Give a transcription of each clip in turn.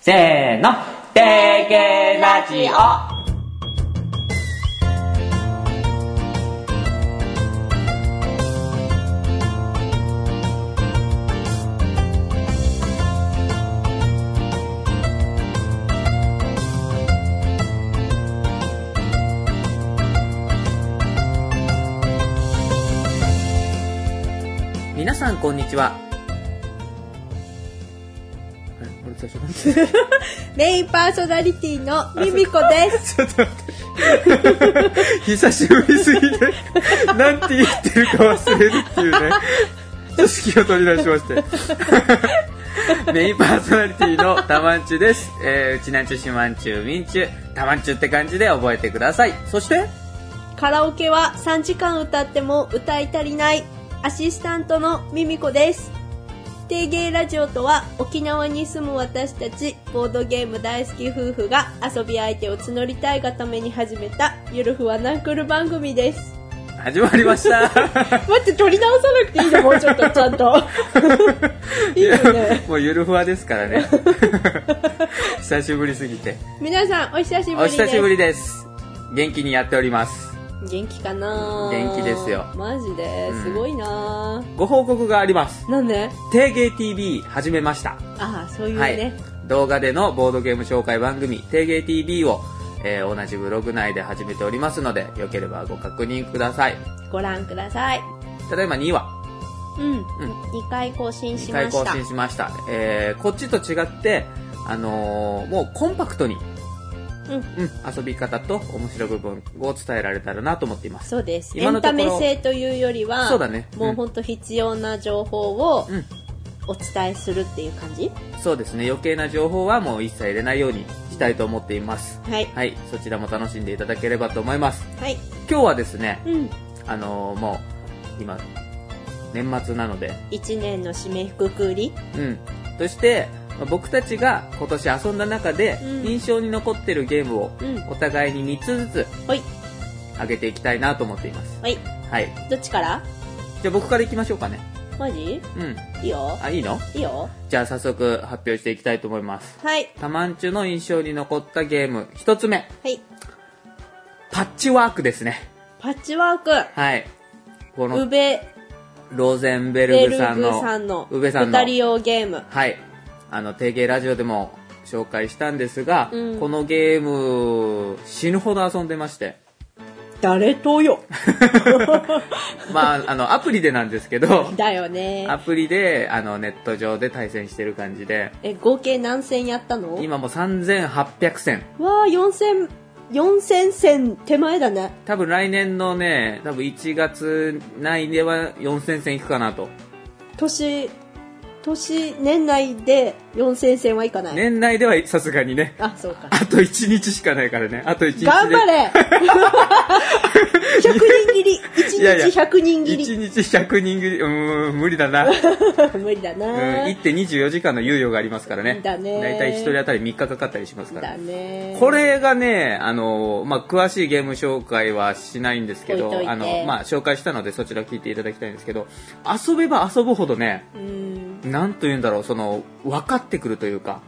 せーの、定型ラジオ。皆さんこんにちは。あれ俺最初なんてメインパーソナリティのミミコです。ちょっと待って。久しぶりすぎて、なんて言ってるか忘れるっていうね。組織を取り出しまして。メインパーソナリティのたまんちゅです。えー、うちなんちゅ、しまんちゅ、みんちゅ、たまんちゅって感じで覚えてください。そして、 カラオケは3時間歌っても歌い足りないアシスタントのミミコです。定芸ラジオとは沖縄に住む私たちボードゲーム大好き夫婦が遊び相手を募りたいがために始めたゆるふわナンクル番組 です。始まりました。待って、取り直さなくていいのもうちょっとちゃんと。 いいよね。もうゆるふわですからね。久しぶりすぎて。皆さん、お久しぶりおです。久しぶりです。元気にやっております。元気かな元気ですよマジで、すごいな、ご報告があります。なんで定芸 TV 始めました。ああ、そういうね。はい、動画でのボードゲーム紹介番組「定芸 TV を」えー同じブログ内で始めておりますのでよければご確認くださいご覧ください。ただいま2話うん。2回更新し2ま回し更た。新しましたえーこっちと違って、あのーもうコンパクトに、うんうん、遊び方と面白い部分を伝えられたらなと思っていますそうです。エ今のンとタころメ性というよりは、そうだねもううんほんと必要な情報をうんお伝えするっていう感じ、そうですね余計な情報はもう一切入れないようにしたいと思っていますはい。はいそちらも楽しんでいただければと思いますはい。今日はですねうん。あのーもう今年末なので1年の締めくくり。うん、そしてまあ僕たちが今年遊んだ中でうん印象に残ってるゲームをうんお互いに3つずつほい。上げていきたいなと思っていますはい。はいどっちからじゃあ僕からいきましょうかねマジうんいいよ。あいいのいいよ。じゃあ早速発表していきたいと思いますはい。タマンチュの印象に残ったゲーム1つ目はい。パッチワークですねパッチワーク。はいこウのベ・ローゼンベベルルググさんのさんのウベさんの二人用ゲーム。はい。あの、定型ラジオでも紹介したんですが、うんこのゲーム、死ぬほど遊んでまして。誰とよまあ、あの、アプリでなんですけど、だよね。アプリで、あの、ネット上で対戦してる感じで、え、合計何戦やったの今もう3800戦。わあ、4000、4000戦手前だね。多分来年のね、多分1月内では4000戦いくかなと。年、年、年内で4000戦はいかない。年内ではさすがにね。あ、そうか。あと1日しかないからね。あと1日で。頑 張れ !100 人切り !1 いやいや日100人切り !1 日100人ぐり、うーん、無理だな。無理だう、なん1.24時間の猶予がありますからね。だね大体1人当たり3日かかったりしますから。だねこれがね、あの、まあ、詳しいゲーム紹介はしないんですけど、置いといてあの、まあ、紹介したのでそちら聞いていただきたいんですけど、遊べば遊ぶほどね、うん。なんと言うんだろう、その、分かってくるというか、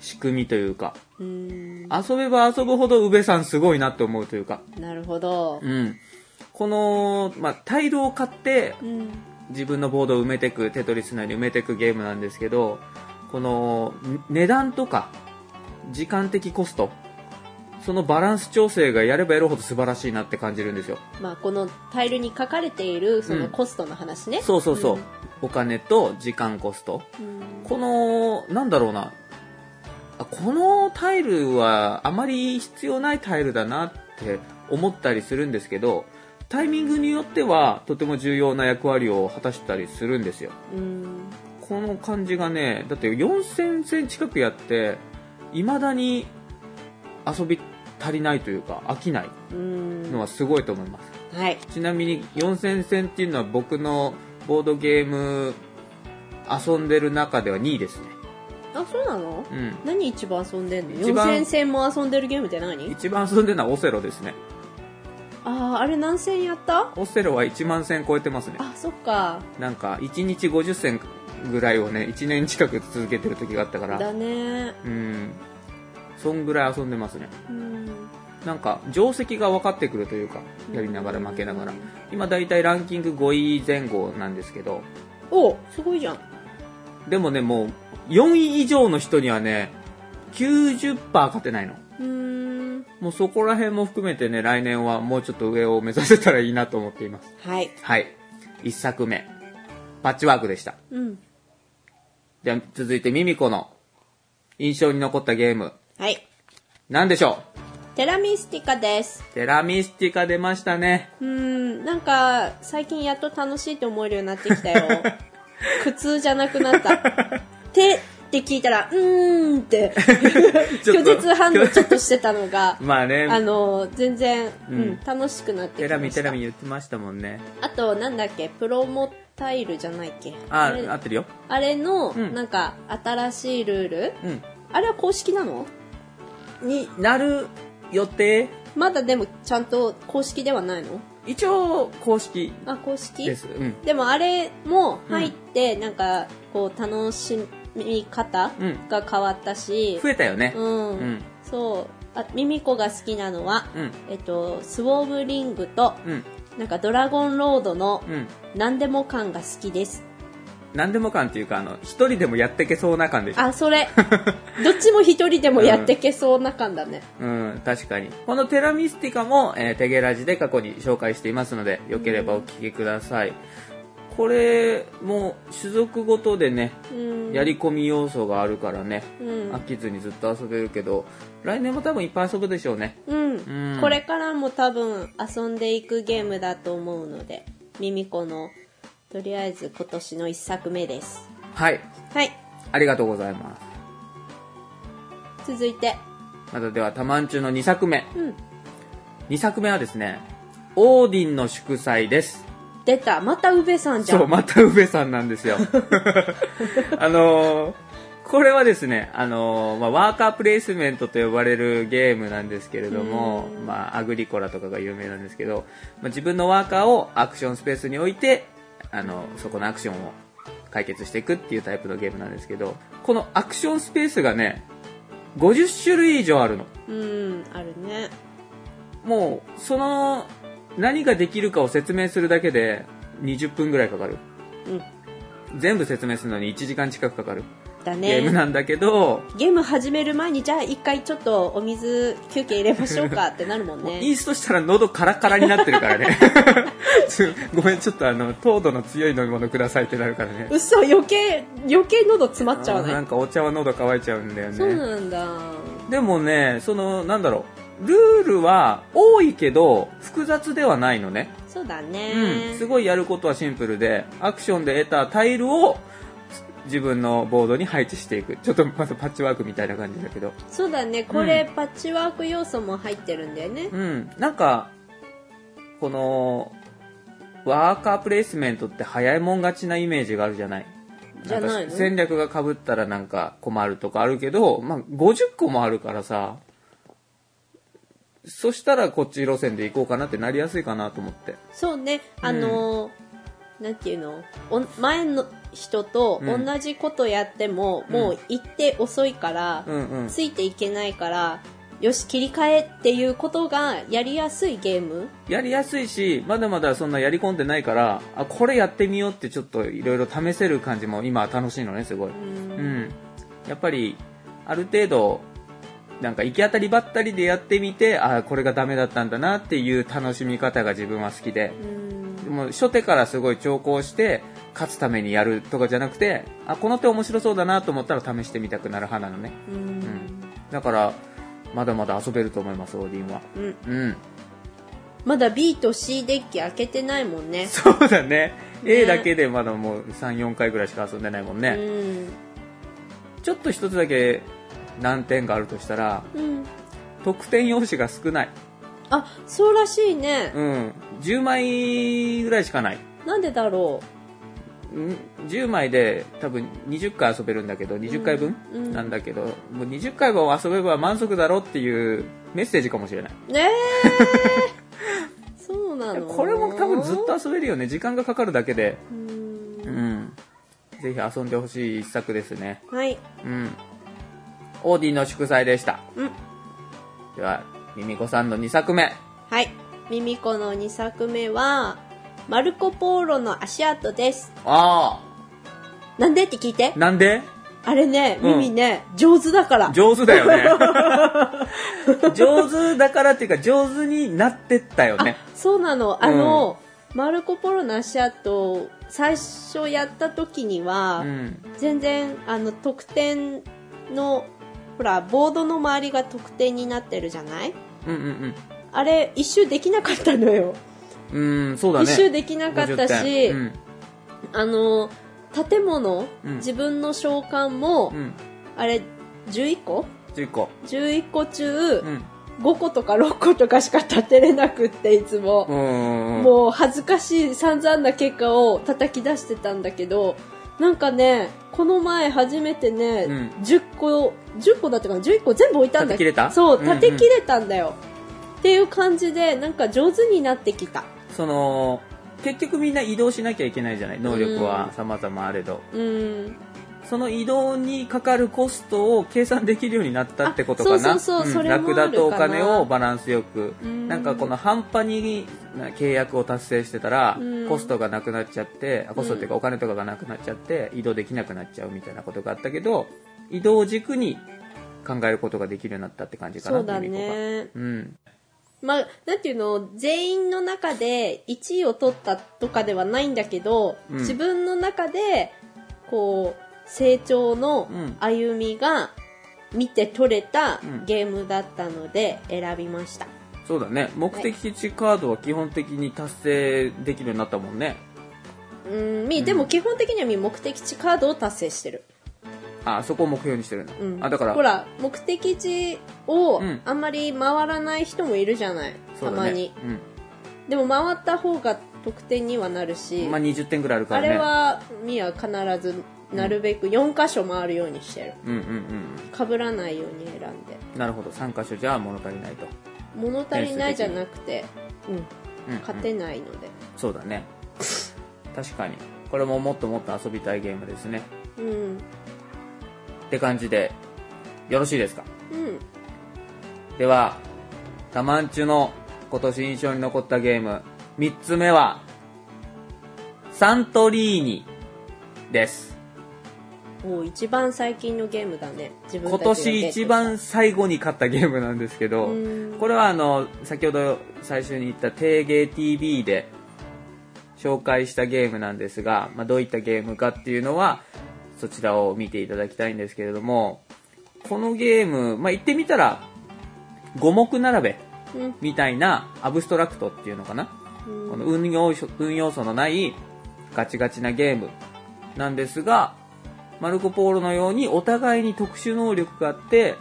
仕組みというか、うん。遊べば遊ぶほど宇部さんすごいなって思うというか、なるほど。うん。この、まあ、タイルを買ってう、ん。自分のボードを埋めていくテトリス内に埋めていくゲームなんですけどこのん値段とか時間的コストそのバランス調整がやればやるほど素晴らしいなって感じるんですよまあ、このタイルに書かれている、そのうんコストの話ね。そうそうそう、うんお金と時間コストうんこのなんだろうなあこのタイルはあまり必要ないタイルだなって思ったりするんですけどタイミングによってはとても重要な役割を果たしたりするんですようん。この感じがねだって4000戦近くやっていまだに遊び足りないというか飽きないうん。のはすごいと思います、はい。ちなみに4000戦っていうのは僕のボードゲーム遊んでる中では2位ですねあ、そうなのうん何一番遊んでんの一番4000戦も遊んでるゲームって何一番遊んでるのはオセロですねあああれ何戦やったオセロは1万戦超えてますねあそっかなんか1日50戦ぐらいをね1年近く続けてる時があったからだねうんそんぐらい遊んでますねうんなんか定石が分かってくるというかやりながら負けながら今だいたいランキング5位前後なんですけどおすごいじゃんでもねもう4位以上の人にはね90%勝てないのうーんもうそこら辺も含めてね来年はもうちょっと上を目指せたらいいなと思っていますはいはい1作目パッチワークでしたうんじゃあ続いてミミコの印象に残ったゲームはい何でしょテラミスティカですうテラミスティカ出ました ねうーんなんか最近やっと楽しいと思えるようになってきたよ 苦痛じゃなくなった「て」って聞いたら「うーん」って ちょ拒っと絶反 応ちょっとしてたの がまあねあの全然、うんうん楽しくなってきまテしたラミテラミ言ってましたもんねあとなんだっけプロモタイルじゃないっけあれ合ってるよあれの、うんなんか新しいルールうんあれは公式なのになる予定まだでもちゃんと公式ではないの一応公式あ公式ですうんでもあれも入って、なんかこう楽しみ方うんが変わったし、増えたよねうんうんそうあミミコが好きなのは、うんえっと、スウォームリングとうんなんかドラゴンロードのうん何でも感が好きです何でも感っていうかあの一人でもやってけそうな感でしょあ それどっちも一人でもやってけそうな感だね、うん確かにこのテラミスティカも、えーテゲラジで過去に紹介していますのでよければお聞きください、これも種族ごとでねうん、やり込み要素があるからね、うん飽きずにずっと遊べるけど来年も多分いっぱい遊ぶでしょうねうん、うんこれからも多分遊んでいくゲームだと思うのでミミコのとりあえず今年の一作目ですはいはいありがとうございます続いてまたではタマンチュの2作目うん2作目はですねオーディンの祝祭です出たまた宇部さんじゃんそうまた宇部さんなん ですよあのーこれはですね、あのーまあ、ワーカープレイスメントと呼ばれるゲームなんですけれども、まあ、アグリコラとかが有名なんですけど、まあ、自分のワーカーをアクションスペースに置いて、あのそこのアクションを解決していくっていうタイプのゲームなんですけどこのアクションスペースがね50種類以上あるのうんあるねもうその何ができるかを説明するだけで20分ぐらいかかるうん全部説明するのに1時間近くかかるだねゲームなんだけど、ゲーム始める前にじゃあ一回ちょっとお水休憩入れましょうかってなるもん もうねインストしたら喉カラカラになってるから ねちょごめんちょっとあの糖度の強い飲み物くださいってなるからね嘘余計余計喉詰まっちゃわあーないんかお茶は喉乾いちゃうんだよそうねなんだでもねそのなんだろうルールは多いけど複雑ではないのね、そうだうん、ねすごいやることはシンプルでアクションで得たタイルを自分のボードに配置していくちょっとまずパッチワークみたいな感じだけどそうだねこれ、パッチワーク要素も入ってるんだよねうん、なんか、この、ワーカープレイスメントって早いもん勝ちなイメージがあるじゃないじゃないのんか戦略が被ったらなんか困るとかあるけど、まあ、50個もあるからさ、そしたらこっち路線で行こうかなってなりやすいかなと思って。そうね、あのーなんていうのお前の人とうん同じことやっても、もう行って遅いから、うんうん。ついていけないから、よし、切り替えっていうことがやりやすいゲームやりやすいし、まだまだそんなやり込んでないから、あ、これやってみようってちょっといろいろ試せる感じも今は楽しいのね、すごい。うん、やっぱりある程度なんか行き当たりばったりでやってみてああこれがダメだったんだなっていう楽しみ方が自分は好きでうんでも初手からすごい調校して勝つためにやるとかじゃなくてあこの手面白そうだなと思ったら試してみたくなる派なのねうんだからまだまだ遊べると思いますオーディンはうんうんまだ B と C デッキ開けてないもんね。そうだね A ねだけでまだもう34回ぐらいしか遊んでないもんうね、ん。ちょっと一つだけ難点があるとしたらうん。得点用紙が少ないあ、そうらしいね。うん、10枚ぐらいしかない。なんでだろう。うん10枚で多分20回遊べるんだけど、20回分うんなんだけど、もう20回を遊べば満足だろっていうメッセージかもしれない。 ねえそうなのこれも多分ずっと遊べるよね。時間がかかるだけで。うんうん。ぜひ遊んでほしい一作ですね。はい。うん。オーディの祝祭でした。うん。では、ミミコさんの2作目。はい。ミミコの2作目は、マルコ・ポーロの足跡です。あなんでって聞いてあ。。なんであれね、うん耳ね、上手だから。上手だよ ね。上手だからっていうか、上手になってったよね。そうなの。あの、マルコ・ポーロの足跡、最初やった時には、うん。全然、あの、得点の、ほら、ボードの周りが得点になってるじゃないうんうんあれ、一周できなかったのよ。うん。うん、そうだね。一周できなかった50し、点うん。あの、建物、うん自分の召喚も、うん。あれ、11個10個。 11個中、うん。 5個とか6個とかしか立てれなくっていつうも、ん。う。もう恥ずかしい散々な結果を叩き出してたんだけどなんかねこの前初めてね、うん10個10個だったかな11個全部置いたんだ立て切れたそううんうん立て切れたんだよ、っていう感じでなんか上手になってきたその、結局みんな移動しなきゃいけないじゃない。能力は様々あれど。うんその移動にかかるコストを計算できるようになったってことかな。あそうそうそうそれもある楽かなだとお金をバランスよく。うんなんかこの半端にな契約を達成してたらうんコストがなくなっちゃってあコストっていうかお金とかがなくなっちゃって移動できなくなっちゃうみたいなことがあったけど移動を軸に考えることができるようになったって感じかなそうだミミコがねうんまあなんていうの全員の中で1位を取ったとかではないんだけど、うん自分の中でこう成長のうん歩みが見て取れたうんゲームだったので選びました、そうだね目的地カードは基本的に達成できるようになったもんねうんみうんでも基本的にはみ目的地カードを達成してる、あそこを目標にしてるの、うん、あだからほら目的地をうんあんまり回らない人もいるじゃない、そたうだまねに、でも回った方が得点にはなるし、うんまあ、20点ぐらいあるかあらねれはミア必ずなるべく4箇所回るようにしてるうんうんうん被らないように選んでなるほど3箇所じゃ物足りないと、物足りないじゃなくて、うん、うんうん勝てないので、そうだね確かにこれももっともっと遊びたいゲームですねうんうんって感じでよろしいですかではタマンチュの今年印象に残ったゲーム3つ目はサントリーニですもう一番最近のゲームだね自分今たちが年一番ゲットし最後に勝ったゲームなんですけど、うんこれはあの先ほど最初に言った「定芸 TV」で紹介したゲームなんですが、まあ、どういったゲームかっていうのはそちらを見ていただきたいんですけれどもこのゲーム、まあ、言ってみたら五目並べたうんみたいなアブストラクトっていうのかな、うんこの運用所運要素のないガチガチなゲームなんですが、マルコ・ポーロのようにお互いに特殊能力があって、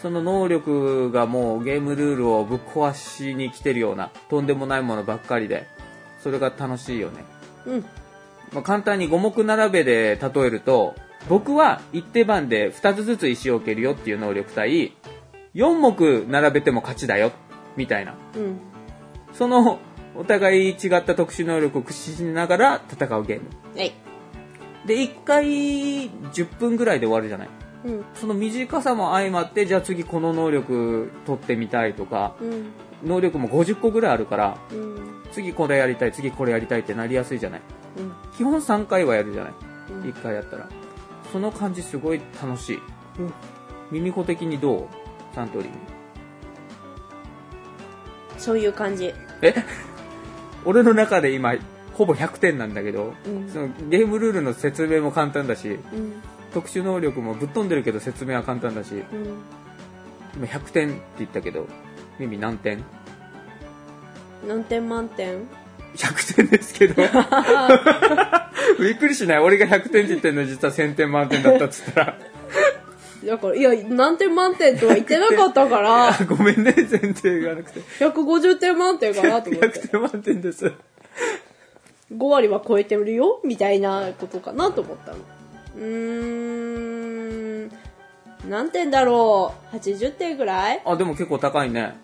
その能力がもうゲームルールをぶっ壊しに来てるような、とんでもないものばっかりで、それが楽しいよね。うんまあ、簡単に五目並べで例えると、僕は一手番で2つずつ石を置けるよっていう能力対、4目並べても勝ちだよ、みたいな。うんそのお互い違った特殊能力を駆使しながら戦うゲーム。はいで、1回10分ぐらいで終わるじゃない。うんその短さも相まって、じゃあ次この能力取ってみたいとか、うん能力も50個ぐらいあるから、うん次これやりたい、次これやりたいってなりやすいじゃない。うん基本3回はやるじゃない。うん1回やったら。その感じすごい楽しい。うん耳子的にどうサントリーに。そういう感じえ俺の中で今、ほぼ100点なんだけど、うんそのゲームルールの説明も簡単だし、うん特殊能力もぶっ飛んでるけど説明は簡単だし、うん今100点って言ったけど、ミミ何点何点満点 ?100 点ですけ ど、びっくりしない俺が100点って言ってるのに実は1000点満点だったっつったら、だからいや何点満点とは言ってなかったから あごめんね、全然言わな くて。 150点満点かなと思って100点満点です。 5割は超えてるよみたいなことかなと思ったのうーん何点だろう80点ぐらいあ、でも結構高いね。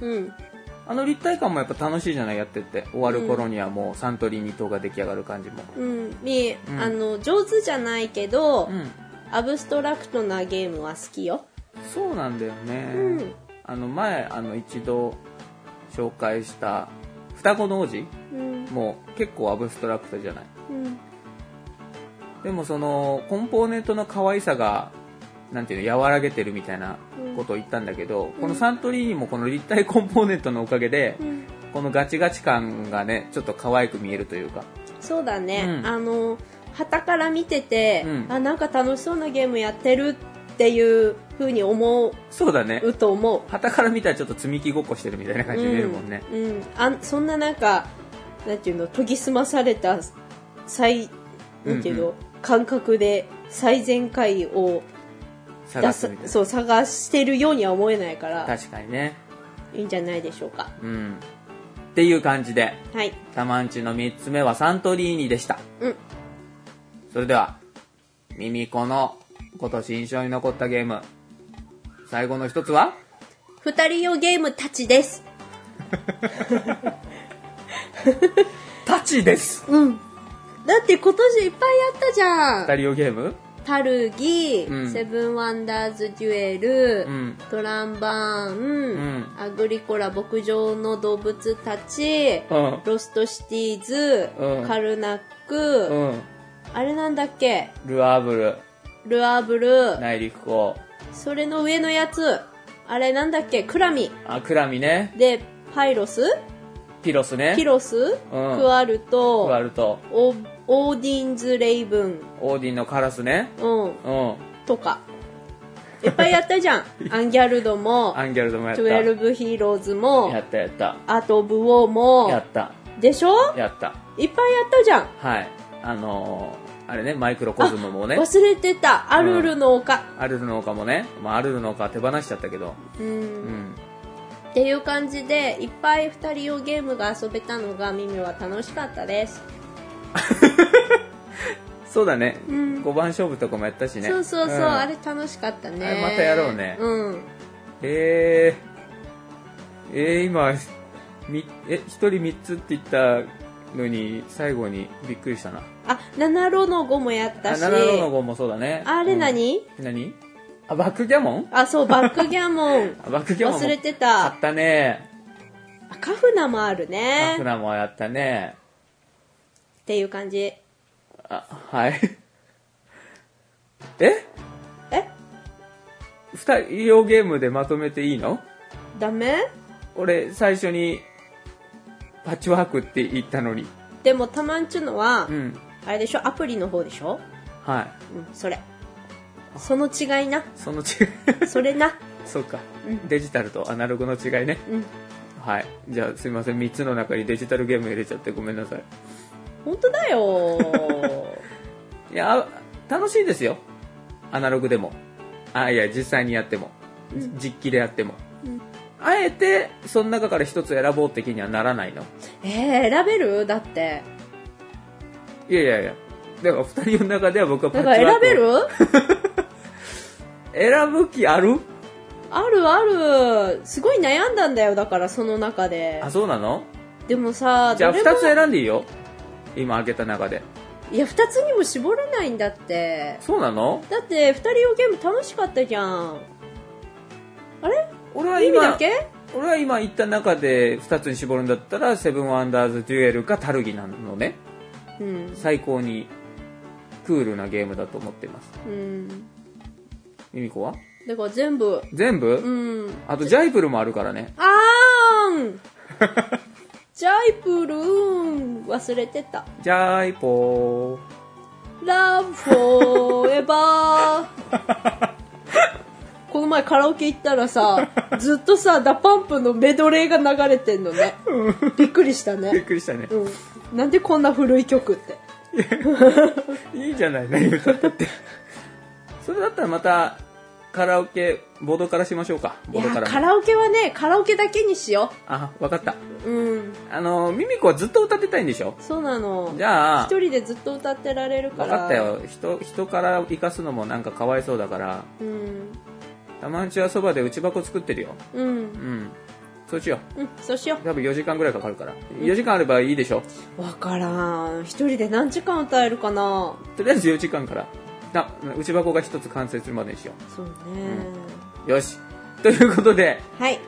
うんああの立体感もやっぱ楽しいじゃないやってって終わる頃にはもうサントリー2頭が出来上がる感じもうん、に、うんあの上手じゃないけど、うんアブストラクトなゲームは好きよそうなんだよね、うんあの前あの一度紹介した双子の王子うんも結構アブストラクトじゃないうんでもそのコンポーネントの可愛さがなんていうの和らげてるみたいなことを言ったんだけど、このサントリーにもこの立体コンポーネントのおかげで、うんこのガチガチ感がねちょっと可愛く見えるというかそうだね、うんあの旗から見てて、うんあなんか楽しそうなゲームやってるっていう風に思そうだねうと思う旗から見たらちょっと積み木ごっこしてるみたいな感じに見えるもんね、うん、うんあそんななんかなんていうの研ぎ澄まされた最なんていうの、うんう感覚で最善解を探出すすみたいなそう探してるようには思えないから確かにねいいんじゃないでしょうかうんっていう感じではいたまんちの3つ目はサントリーニでしたうんそれではミミコの今年印象に残ったゲーム最後の一つは二人用ゲームたちです「タチ」ですうんだって今年いっぱいやったじゃん二人用ゲームタルギ、うんセブンワンダーズデュエル、うんトランバーン、んアグリコラ牧場の動物たち、うんロストシティーズ、うんカルナック、うんあれなんだっけルアーブルルアーブル、内陸港それの上のやつ、あれなんだっけクラミ。あクラミねで、パイロスピロスねキロス、うんクワルト、クアルトオオーディンズ・レイブン、オーディンのカラスねうん、うんとか。いっぱいやったじ ゃん。アンギャルドも、アンギャルドもやった12ヒーローズやも、ったやったアート・オブ・ウォーもや、ったでしょやったいっぱいやったじゃん。はいあのー、あれねマイクロコズムもね忘れてた。アルルの丘。アルルの丘もね、まあ、アルルの丘は手放しちゃったけどうんうんっていう感じでいっぱい2人用ゲームが遊べたのがミミは楽しかったです、そうだね、うん5番勝負とかもやったしねそうそうそう、んあれ楽しかったねあれまたやろうねうんえー、えー、今みえ1人3つって言ったのに最後にびっくりしたなあ七路の5もやっあたし7の5もそうだねあれ何、うん何あバックギャモンあ そうバックギャモンあバックギャモンも忘れて買たったねあカフナもあるカねフっナもやったねていう感じあはい ええ二人用ゲームでまとめていいのダメ俺最初にパッチワークって言ったのにでもたまんちゅのは、うんあれでしょアプリの方でしょはいうんそれその違いなその違いそれな そうか、うんデジタルとアナログの違いねうんはいじゃあすいません3つの中にデジタルゲーム入れちゃってごめんなさい本当 だよーいやあ楽しいですよアナログでもあいや実際にやっても、実機でやっても、うんあえてその中から一つ選ぼうって気にはならないのえー、選べるだっていやいやいやでも2人の中では僕はパだッチかワらーク選べるべる選ぶ気あるあるあるすごい悩んだんだよだからその中であそうなのでもさじゃあどれも2つ選んでいいよ今開けた中でいや2つにも絞れないんだってそうなのだって2人用ゲーム楽しかったじゃんあれ俺は意味今だけ俺は今言った中で2つに絞るんだったら「セブンワンダーズ・デュエル」か「タルギ」なのねうん最高にクールなゲームだと思ってますうんミミコはだから全部全部、うんあとジャイプルもあるからねあー んジャイプルーン忘れてたジャイポーラブフォー エバー。この前カラオケ行ったらさ、ずっとさ、ダパンプのメドレーが流れてんのね。びっくりしたびっね。くりしたねうん。なんでこんな古い曲って。いいじゃない何歌ったって それだったらまたカラオケボードからしましょうかいボードや、からもカラオケはね、カラオケだけにしよあ分かったう。うん。あのミミコはずっと歌ってたいんでしょそうなの。じゃあ一人でずっと歌ってられるか分ら。かった。よ人人から生かすのもなんかかわいそうだからうん。たまんちはそばで内箱作ってるようん。うんそうしようん、そうしよう。多分4時間ぐらいかかるから。4時間あればいいでしょ。う。わからん。一人で何時間歌えるかなとりあえず4時間から。な、内箱が一つ完成するまでにしよそうね、う。よし。ということで、はい。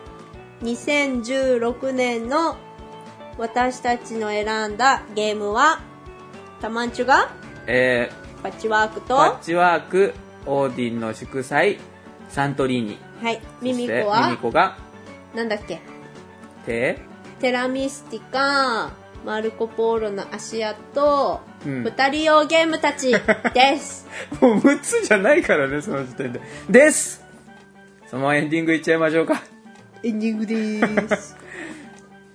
2016年の私たちの選んだゲームは、たまんちゅがえー、パッチワークと、パッはチワーク、オーディンの祝祭、サントリーニ。い。そミミコしてミミは、コが、なんだっけて、テラミスティカ、マルコポーロの足跡、うん二人用ゲームたち です。もう6つじゃないからね、その時点で。ですそのままエンディングいっちゃいましょうか。エンディングでーす。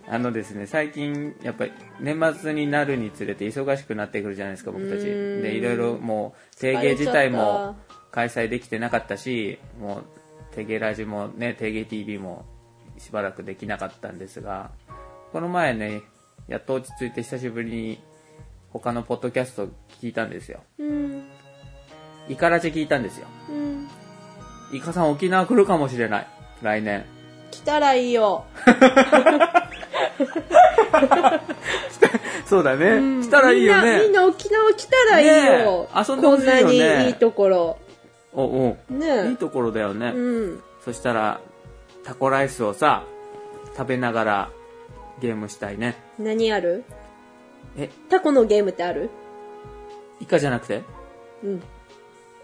あのですね、最近、やっぱり年末になるにつれて忙しくなってくるじゃないですか、僕たち。うーんで、いろいろもう、定芸自体疲れちゃっも開催できてなかったし、もう、定芸ラジもね、定芸 TV もしばらくできなかったんですが、この前ね、やっと落ち着いて久しぶりに他のポッドキャスト聞いたんですよ。うん、イカラジ聞いたんですよ。うん。イカさん沖縄来るかもしれない。来年。来たらいいよ。そうだね。来たらいいよみんな、みんね。な沖縄来たらいいよ。ねえ遊んでほしいよねこんなにいいところ。おおねういえい。ところだよね。うん。そしたら、タコライスをさ、食べながらゲームしたいね。何あるえ、タコのゲームってあるイカじゃなくてうん。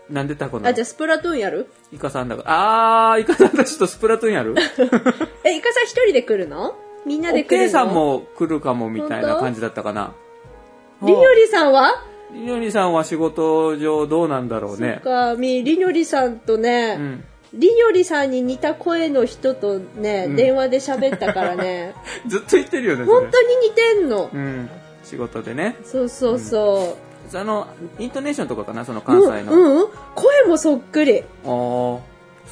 なんでタコなあ、のじゃあスプラトゥーンやるイカさんだから。あー、イカさんたちとスプラトゥーンやるえ、イカさん一人で来るのみんなおで来るのけいさん。も来るかもみたいな本当感じだったかな。りにょりさんはりりのりさんは仕事上どうなんだろうなんね。か、み、りにょりさんとうね、ん。りにょりさんに似た声の人とね、うん電話で喋ったからね、 ずっと言ってるよね、それ本。当に似てんの。うん。仕事でね。そうそうそその、イントネーションとかかな、そのう。関西の。うん、うんうん、声もそっくり。ああ、そ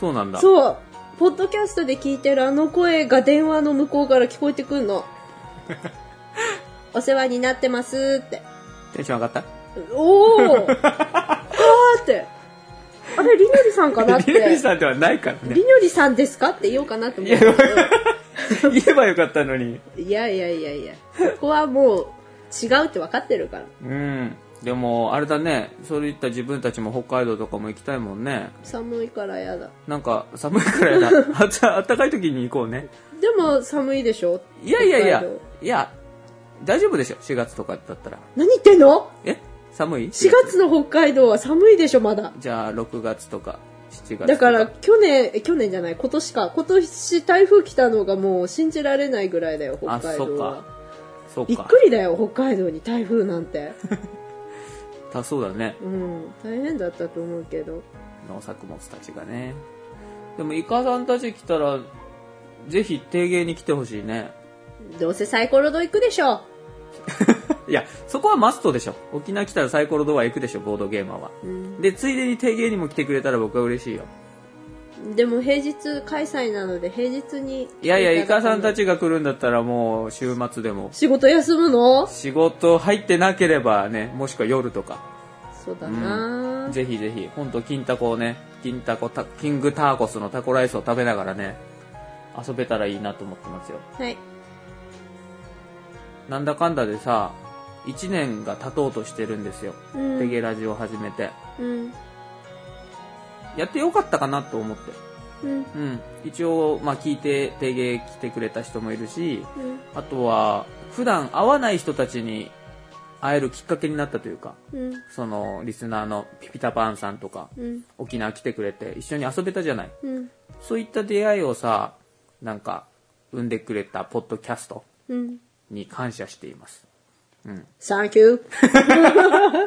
うなんだ。そう。ポッドキャストで聞いてるあの声が電話の向こうから聞こえてく んの。お世話になってますって。テンション上がった おーあーって。あれ、りのりさんかなって。りのりさんではないからね。りのりさんですかって言おうかなと思って。 言えばよかったのに。いやいやいやいや。ここはもう違うって分かってるから。うん。でも、あれだね。そういった自分たちも北海道とかも行きたいもんね。寒いからやだ。なんか、寒いくらいだ。 あじゃあ、あったかい時に行こうね。でも寒いでしょいやいやいや北海道。いや、大丈夫でしょ。4月とかだったら。何言ってんのえ寒い ?4 月の北海道は寒いでしょ、まだ。じゃあ、6月とか、7月とだから、去年、え去年じゃない、今年か。今年台風来たのがもう信じられないぐらいだよ、北あ、海そ道っはか。。そうびっか。くりだよ、北海道に台風なんて。たそうだね。うん、大変だったと思うけど。農作物たちがね。でも、イカさんたち来たら、ぜひ、定芸に来てほしいね。どうせサイコロド行くでしょ。いや、そこはマストでしょ。沖縄来たらサイコロドア行くでしょ、ボードゲーマーは。うん、で、ついでに定芸にも来てくれたら僕は嬉しいよ。でも平日開催なので、平日に。いやいや、イカさんたち。ちが来るんだったらもう週末でも、仕事休むの仕事入ってなければね、もしくは夜とか、そうだな、ぜひぜひ、ほんと金タコをね、金タコタ、キングターコスのタコライスを食べながらね、遊べたらいいなと思ってますよ。はい。なんだかんだでさ、1年が経とうとしてるんですよ。うテん。ゲラジを始めて。うん。やってよかったかなと思って。うん。うん、一応、まあ、聞いて提言来てくれた人もいるしうん。あとは普段会わない人たちに会えるきっかけになったというかうん。そのリスナーのピピタパンさんとかうん。沖縄来てくれて一緒に遊べたじゃないうん。そういった出会いをさなんか生んでくれたポッドキャストうん。に感謝していますサンキュー。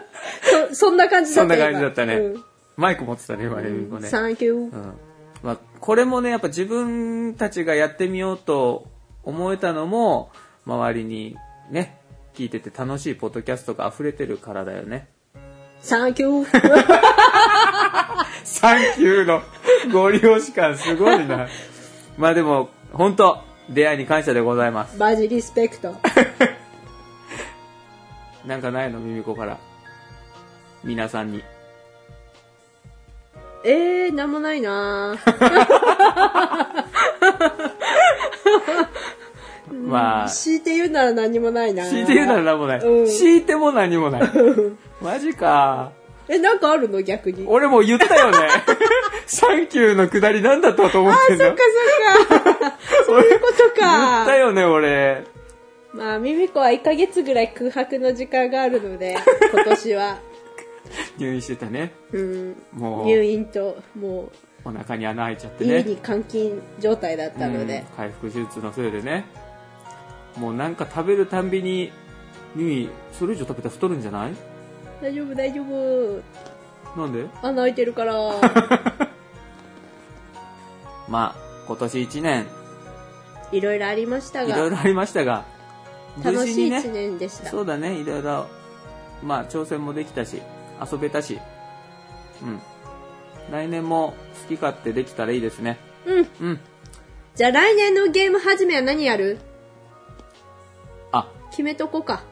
そ、 そんな感じだそっんたなよ感じだったね、うんマイク持ってたね今ね,、うんねサンキュー。うんまあ、これもね、やっぱ自分たちがやってみようと思えたのも、周りにね、聞いてて楽しいポッドキャストが溢れてるからだよね。サン キュー。サンキューのご利用し感すごい な。まあでも、本当出会いに感謝でございます。マジリスペクト。なんかないの、ミミコから。皆さんに。えー、なんもないなぁまあ、強いて言うなら何もないな。強いて言うなら何もない。うん強いても何 もない。マジか。え、なんかあるの逆に。俺もう言ったよ ね。サンキューのくだりなんだったと思ってんだ。そっかそっ か。そういうこと言ったか。よね、俺。まあ、ミミコは1ヶ月ぐらい空白の時間がある ので、今年は。入院してたね。うん。も入う、院と、もお腹に穴開いちゃっう、てね。家に監禁状態だったのうでん。回復手術のせいでね。もうなんか食べるたんびに、ゆい、それ以上食べたら太るんじゃない大丈夫、大丈夫。なんで穴開いてるから。 まあ、今年1年、いろいろありましいたろいが、ろありましたが、楽無事しいにね一年でした。そうだね、いろいろ、まあ、挑戦もできたし、遊べたし、うん。来年も好き勝手できたらいいですね。うん。うん。じゃあ来年のゲーム始めは何やるあ、決めとこうか。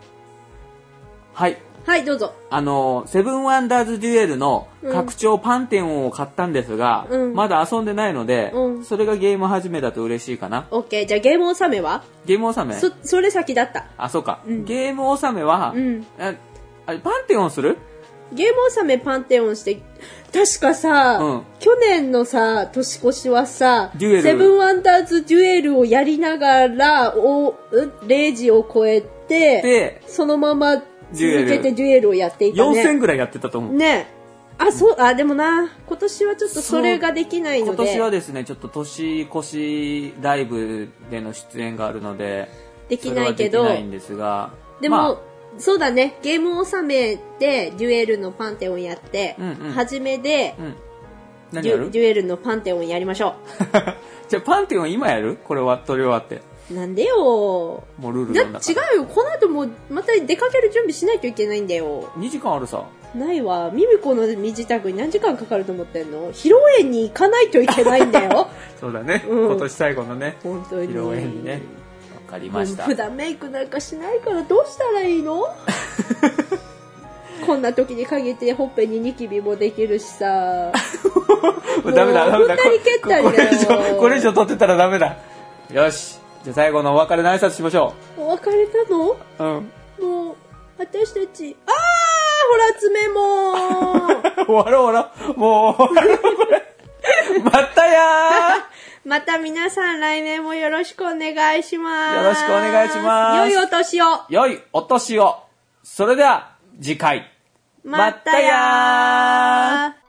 はい。はい、どうぞ。あの、セブンワンダーズデュエルの拡張パンテオンを買ったんですが、うんまだ遊んでないので、うんそれがゲーム始めだと嬉しいかな。オッケー、じゃあゲーム納めはゲーム納めそ、それ先だった。あ、そうか。うんゲーム納めは、うんああれ、パンテオンするゲーム納めパンテオンして、確かさ、うん去年のさ、年越しはさ、デュエルセブンワンダーズデュエルをやりながら、お、うん0時を超えて、で、そのまま続けてデュエルをやっていた4000ね。ぐらいやってたと思う。ねあ、そう、あ、でもな、今年はちょっとそれができないの今で。年はですねちょっと年越しライブでの出演があるのでできないけそれどはできないんですがでも、まあそうだね、ゲーム納めで、デュエルのパンテオンやって、うんうん初めで、うん、デ何やュるデュエルのパンテオンやりましょじゃあパンティオン今やるこれは取り終わってう。なんでよもうルールだなっんだて違うよ、この後もうまた出かける準備しないといけないんだよ。 2時間あるさないわ、ミミコの身支度に何時間かかると思ってんの披露宴に行かないといけないん だよ。そうだね、うん今年最後のね本当に。披露宴にねわかりました普段メイクなんかしないからどうしたらい いのこんな時に限ってほっぺにニキビもできるしさもうダメだダメだ二人蹴ったりこ れ以だよ上これ以上取ってたらダメだよしじゃあ最後のお別れの挨拶しましょお別れたのううんもう私たちあーほら爪も 終わろう終わろうもう終わろうこ れまたやーまた皆さん来年もよろしくお願いしますよろしくお願いします良いお年を良いお年を。それでは、次回。またやー